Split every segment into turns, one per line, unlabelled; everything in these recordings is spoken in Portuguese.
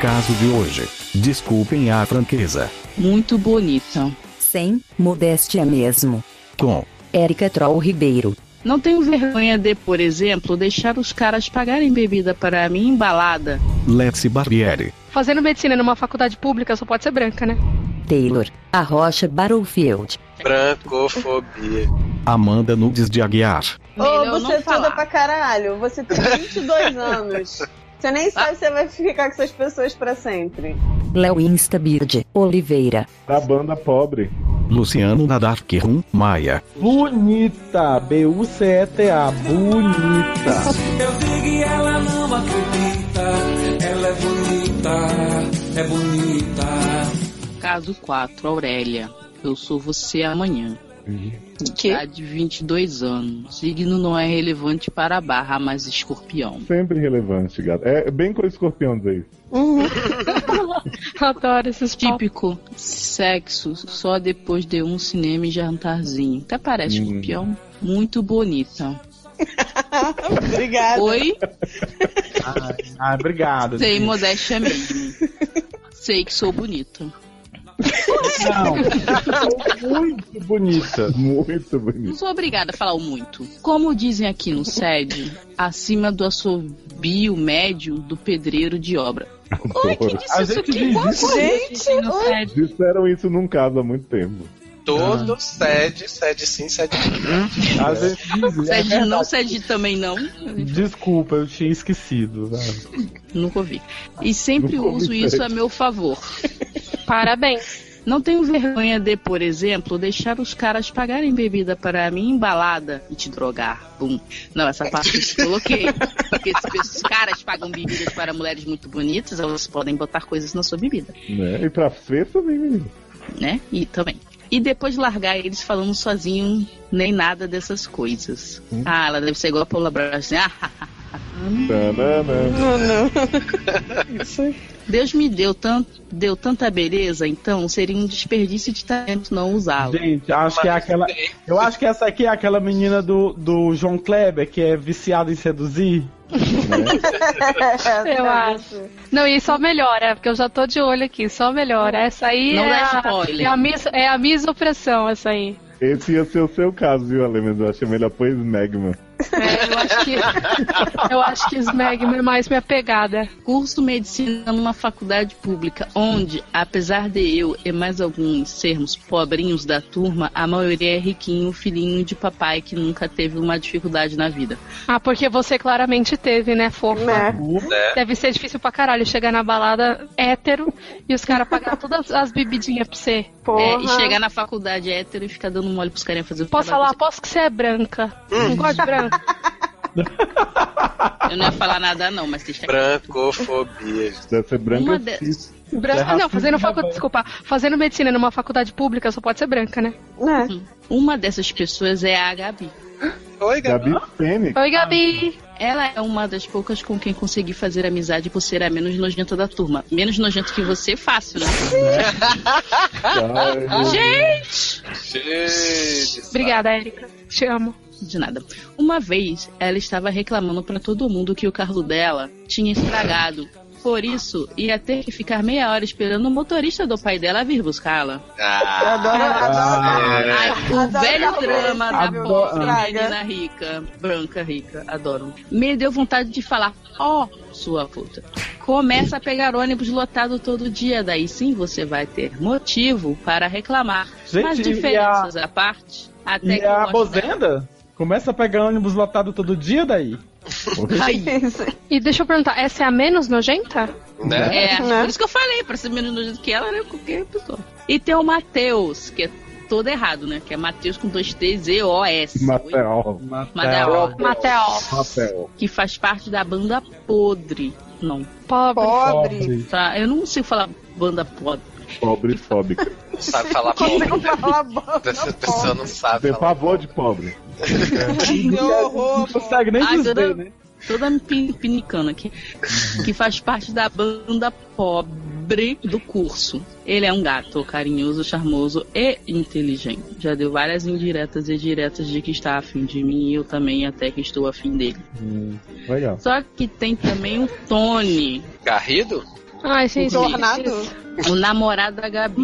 caso de hoje. Desculpem a franqueza.
Muito bonita.
Sem modéstia mesmo.
Com
Érica Troll Ribeiro.
Não tenho vergonha de, por exemplo, deixar os caras pagarem bebida para mim embalada.
Let's Barbieri.
Fazendo medicina numa faculdade pública só pode ser branca, né?
Taylor. A Rocha Battlefield.
Brancofobia.
Amanda Nudes de Aguiar.
Ô,
Melhor
você
não
estuda
falar.
pra caralho. Você tem 22 anos. Você nem sabe se vai ficar com essas pessoas pra sempre.
Léo Instabird. Oliveira.
Da banda pobre.
Luciano Nadark Rum Maia.
Bonita. B-U-C-E-T-A. Bonita.
Eu digo e ela não acredita. Ela é bonita, é bonita.
Caso 4, Aurélia. Eu sou você amanhã.
Que?
Idade 22 anos. Signo não é relevante para a barra, mas escorpião.
Sempre relevante, gato. É bem com o escorpião dizer isso.
Adoro esses tipos.
Típico sexo só depois de um cinema e jantarzinho. Até parece
Hum.
escorpião. Muito bonita.
Obrigada.
Oi,
Ah, obrigado.
sem modéstia mesmo. Sei que sou bonita.
Muito bonita. Muito
Não
bonita.
sou obrigada a falar o muito. Como dizem aqui no SED, acima do assobio médio do pedreiro de obra. Oi, quem disse
A
isso?
gente
Quem-
diz
qual
isso.
foi que disse no SED?
Disseram isso num caso há muito tempo.
Todo sede, sede sim, sede
A gente diz, é
SED não,
verdade.
SED também não.
Desculpa, eu tinha esquecido. Né?
Nunca ouvi. E sempre
Nunca ouvi
uso isso a meu favor.
Parabéns.
Não tenho vergonha de, por exemplo, deixar os caras pagarem bebida para mim embalada e te drogar. Bum. Não, essa parte eu te coloquei. Porque se os caras pagam bebidas para mulheres muito bonitas, elas podem botar coisas na sua bebida.
Né? E pra ser também, menino.
né? E também. E depois largar eles falando sozinho, nem nada dessas coisas. Ah, ela deve ser igual a Paula Braga, assim, ah,
Tanana.
Deus me deu, tan deu tanta beleza, então seria um desperdício de talento não usá-lo.
Gente, acho que é aquela. Eu acho que essa aqui é aquela menina do, do João Kleber que é viciada em seduzir.
né?
Eu acho. Não, e só melhora, porque eu já tô de olho aqui, só melhora. Essa aí
Não
é,
dá
a,
spoiler.
é, a mis, é a misopressão, essa aí.
Esse ia ser o seu caso, viu, Ale? Mas eu achei melhor pôr Smegma.
É, eu acho que eu acho que Smegma é mais minha pegada.
Curso medicina numa faculdade pública, onde, apesar de eu e mais alguns sermos pobrinhos da turma, a maioria é riquinho, filhinho de papai que nunca teve uma dificuldade na vida.
Ah, porque você claramente teve, né, fofa?
Né?
É.
né?
Deve ser difícil pra caralho chegar na balada hétero e os caras pagar todas as bebidinhas pra você.
É,
Porra.
e chegar na faculdade hétero e ficar dando mole pros caras fazer o tá
Posso
trabalho
falar? Aposto que você é branca.
Hum.
Não gosto de branca.
Eu não ia falar nada, não, mas deixa
Brancofobia.
Deve ser branca
Uma de-
cis.
branca. Não, fazendo facu... Desculpa. Fazendo medicina numa faculdade pública só pode ser branca, né?
Né?
Uma dessas pessoas é a Gabi.
Oi,
Gabi
Gabi.
Fênix.
Oi, Gabi.
Ela é uma das poucas com quem consegui fazer amizade por ser a menos nojenta da turma. Menos nojento que você, fácil, né?
Ai,
Gente!
Gente.
Obrigada, Erika. Te amo.
De nada. Uma vez, ela estava reclamando pra todo mundo que o carro dela tinha estragado. Por isso, ia ter que ficar meia hora esperando o motorista do pai dela vir buscá-la.
Eu
Ah,
adoro, adoro.
é.
Ai, o
Adoro
velho
carro
drama da
desse,
pobre
Adoro.
menina rica, branca rica, adoro. Me deu vontade de falar, ó, sua puta. Começa a pegar ônibus lotado todo dia, daí sim você vai ter motivo para reclamar.
Gente,
Mas
e
diferenças à parte, até
E
que eu
a
gosto dela.
Bozenda? Começa a pegar ônibus lotado todo dia daí.
Ai,
E deixa eu perguntar, essa é a menos nojenta?
Né?
É,
Né?
por isso que eu falei, pra ser menos nojento que ela, né? Qualquer pessoa. E tem o Matheus, que é todo errado, né? Que é Matheus com dois T, Z-O-S.
Matel.
É,
Matheus.
Matel.
Matel.
que faz parte da banda Podre. Não,
Pobre.
Pobre.
tá? Eu não sei falar banda Podre.
Pobre fóbica.
Não sabe falar
Como
pobre.
eu falo a banda
Essa
pobre?
pessoa não sabe
Tem
falar.
pavor de pobre.
Que horror.
Não consegue nem
Ai,
dizer,
toda-
né?
Toda me pin- pinicando aqui.
Uhum.
Que faz parte da banda Pobre do curso. Ele é um gato carinhoso, charmoso e inteligente. Já deu várias indiretas e diretas de que está afim de mim e eu também até que estou afim dele.
Legal.
Só que tem também o Tony,
Garrido?
Ai, gente.
Tornado?
O namorado da Gabi.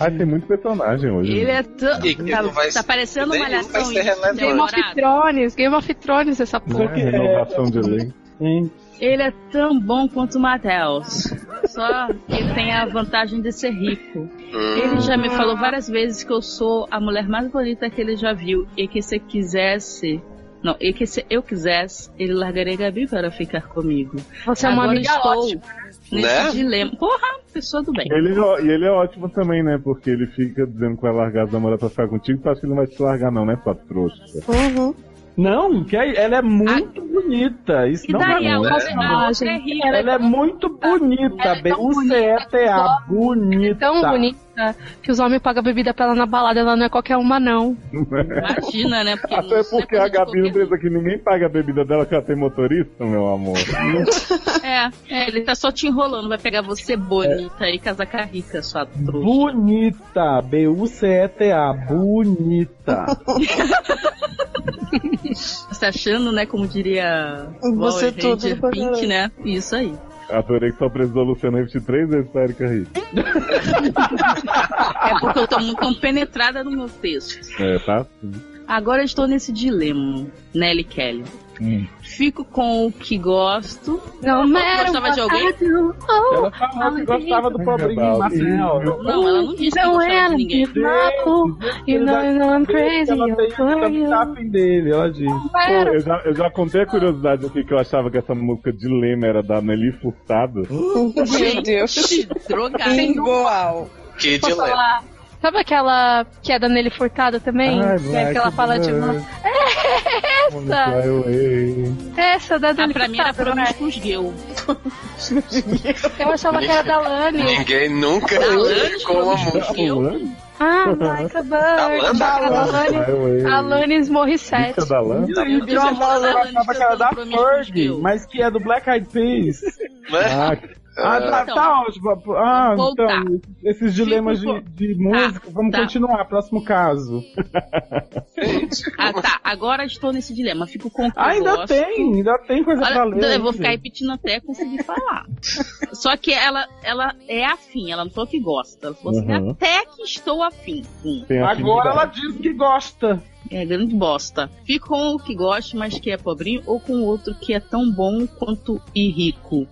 Ah, tem muito personagem hoje. né?
Ele é tão.
E que não vai-
Tá, tá parecendo
nem
uma alhação
vai ser relevante.
Game of Thrones, Game of Thrones, essa
Não
porra.
é renovação de lei.
Hein?
Ele é tão bom quanto o Matheus. Só que ele tem a vantagem de ser rico.
Hum,
Ele já me falou várias vezes que eu sou a mulher mais bonita que ele já viu. E que se quisesse. Não, e que se eu quisesse, ele largaria a Gabi para ficar comigo.
Você é uma
Agora
amiga
estou
ótima.
nesse
Né?
dilema. Porra, pessoa do bem.
Ele é, ó- e ele é ótimo também, né? Porque ele fica dizendo que vai largar as namoradas pra ficar contigo, tu acha que ele não vai te largar, não, né, sua trouxa?
Uhum.
Não, que é- ela é muito bonita. Isso
E
não
daí a
vai
outra, a outra é rica.
Ela Ah, é muito bonita,
Ela é
bem.
tão
U-C-E-T-A. Bonita.
Tão
Tá.
bonita que os homens pagam bebida pra ela na balada, ela não é qualquer uma, não.
Imagina, né? Porque
Até
não-
Ah, porque
não é
a Gabi não
bonito
pensa que ninguém paga a bebida dela que ela tem motorista, meu amor.
qualquer- é, é, ele tá só te enrolando. Vai pegar você bonita e casar com a rica, sua trouxa.
Bonita. B-U-C-E-T-A. Bonita.
se achando, né? Como diria
Você
Power
tudo
Ranger
pra
Pink,
caralho.
né? Isso aí.
Adorei que só precisou o Luciano repetir três vezes pra Erika rir.
É porque eu tô muito compenetrada no meu texto.
É, tá?
Agora eu estou nesse dilema, Nelly Kelly.
Hum.
Fico com o que gosto.
Não, é um
Ela gostava de alguém?
Ela falou que gostava do assim, pobrinho
Legal.
Marcel.
Não, ela não disse que
Oh, Não é
gostava
era
de ninguém.
de maco, you know I'm crazy
Ela tem
for
um
you.
thumbtap dele, ela disse.
Não era.
Eu já, eu já contei a curiosidade aqui que eu achava que essa música Dilema era da Nelly Furtado.
Meu Deus.
Drogada.
Igual.
Que
Posso
dilema.
falar? Sabe aquela que é da Nelly Furtado também?
Ai,
que, é
moleque,
que ela fala de uma.
moleque. Fly away.
Essa da
Ah,
Nelly
pra mim era
Furtado, né?
Promiscuous Girl.
Eu achava que era da Lani.
Ninguém nunca
Lani,
com uma
como
Tá
música.
Eu?
Lana?
Ah, Like a Bird.
Da
A Lani.
Fly away.
Alanis Morissette.
Bicha da Lana?
E
Eu já
virou
falava
uma
antes um
achava que era
cantando
da
Promiscuous
Ferg,
Girl.
mas que é do Black Eyed Peas.
Né?
Ah,
Ah, tá,
É. Então,
tá ótimo. Ah,
vamos voltar.
então, esses dilemas
Fico
de, de música, vamos
tá.
continuar, próximo caso.
Ah, tá. Agora estou nesse dilema. Fico com o que
Ah, ainda
gosto.
tem, ainda tem coisa pra ler.
Olha, então, eu vou
ainda.
ficar repetindo até conseguir falar. Só que ela, ela é afim, ela não falou que gosta. Ela falou assim,
Uhum.
até que estou afim. Hum,
tem a
Agora ela
afinidade.
diz que gosta.
é grande bosta. Fico com o que gosta, mas que é pobrinho, ou com outro que é tão bom quanto e rico.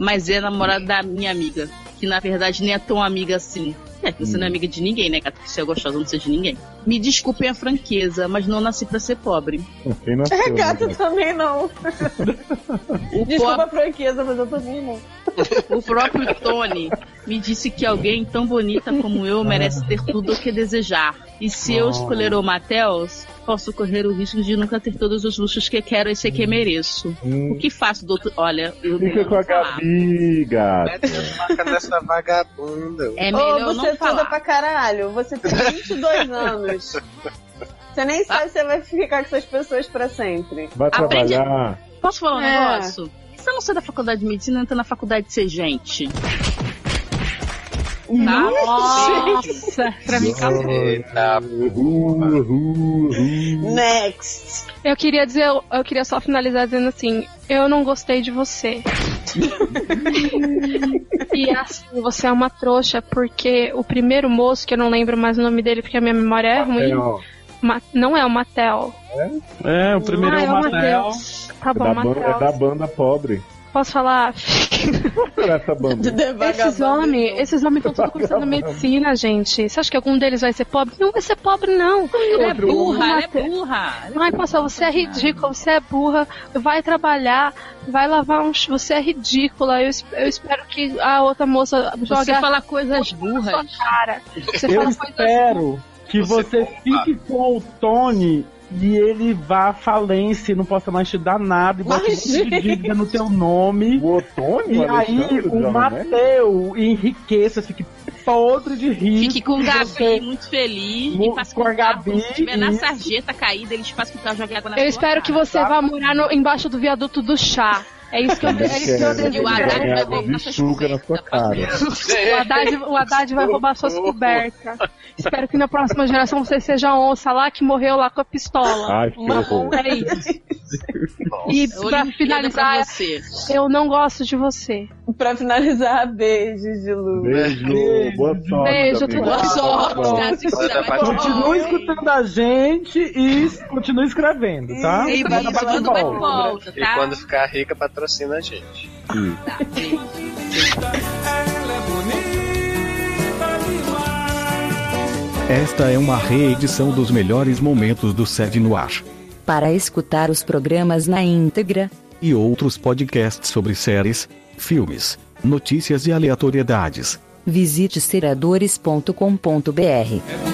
Mas é namorado da minha amiga, que na verdade nem é tão amiga assim. É, que você não é amiga de ninguém, né, gata? Que você é gostosa, não seja de ninguém. Me desculpem a franqueza, mas não nasci pra ser pobre.
Quem nasceu,
é
né,
Gato
gente?
também não.
O
Desculpa a franqueza, mas eu também não.
O próprio Tony me disse que alguém tão bonita como eu merece ter tudo o que desejar. E se eu escolher o Matheus, posso correr o risco de nunca ter todos os luxos que quero e sei que mereço. O
Hum,
que faço, doutor? Olha, eu
Fica
melhor
com a
não falar.
Gabi, gata.
Mete a marca nessa vagabunda.
É melhor
Ô,
eu
você
não
é toda
falar.
pra caralho. Você tem 22 anos. Você nem
Tá.
sabe se vai ficar com essas pessoas pra sempre.
Vai
Aprende-
trabalhar.
Posso falar um
É.
negócio? Você não sai da faculdade de medicina, entra na faculdade de ser gente.
Um
Tá?
Nossa, pra mim acabou.
Eita,
Uhul, uhul, uhul.
Next.
Eu queria dizer, eu, eu queria só finalizar dizendo assim, eu não gostei de você. e assim, você é uma trouxa, porque o primeiro moço, que eu não lembro mais o nome dele, porque a minha memória é ruim, Ma- não é o Matel.
É, o primeiro
Ah,
é o Matel.
Tá
É
bom,
da, ban- é da
Matel.
banda pobre.
Posso falar?
Será essa banda?
Esses homens, esses homens estão tudo cursando medicina, gente. Você acha que algum deles vai ser pobre? Não vai ser pobre, não.
Ela é
Outro homem.
burra, ela é burra.
Ai, poxa, você é ridícula, você é burra, vai trabalhar, vai lavar um. ch- Você é ridícula. Eu, es- eu espero que a outra moça jogue
Você
a
fala coisas burras.
sua cara. Você
Eu
fala coisas.
assim,
espero
né?
que você fique com o Tony e ele vá à falência e não possa mais te dar nada e bote um
Mas,
monte de dívida no teu nome.
é O Otônio?
E aí
Alexandre, é?
o
Jovem Nerd?
Mateu enriqueça, fique podre de rico.
Fique com o
Você-
Gabi muito feliz.
Mu-
e faça
com a
o carro,
Gabi,
Se tiver na
isso.
sarjeta caída, eles fazem o carro jogar água na
Eu
sua
espero
cara.
que você vá morar no- embaixo do viaduto do chá. É isso que eu, é isso que eu desejo.
E o Haddad vai
Jogar
roubar suas
bichuca na sua cara.
O Haddad, o Haddad vai roubar suas cobertas. Espero que na próxima geração você seja a onça lá que morreu lá com a pistola.
Ai, que horror.
É isso. E
Olimpíada
pra
pra
finalizar,
você.
eu não gosto de você.
Pra finalizar, beijos de luz.
Beijo, boa sorte.
Beijo,
amiga.
Boa
Ah,
sorte,
bom.
né? Assista, vai
Continua
tomar.
Continue escutando a gente e s- continue escrevendo, tá?
E vai
Manda
falando
bate-bola.
bate volta,
E
tá?
quando ficar rica, patrocina a gente.
Ela é bonita demais.
Esta é uma reedição dos melhores momentos do Sede no Ar.
Para escutar os programas na íntegra,
E outros podcasts sobre séries, filmes, notícias e aleatoriedades.
visite seradores.com.br.
É bonita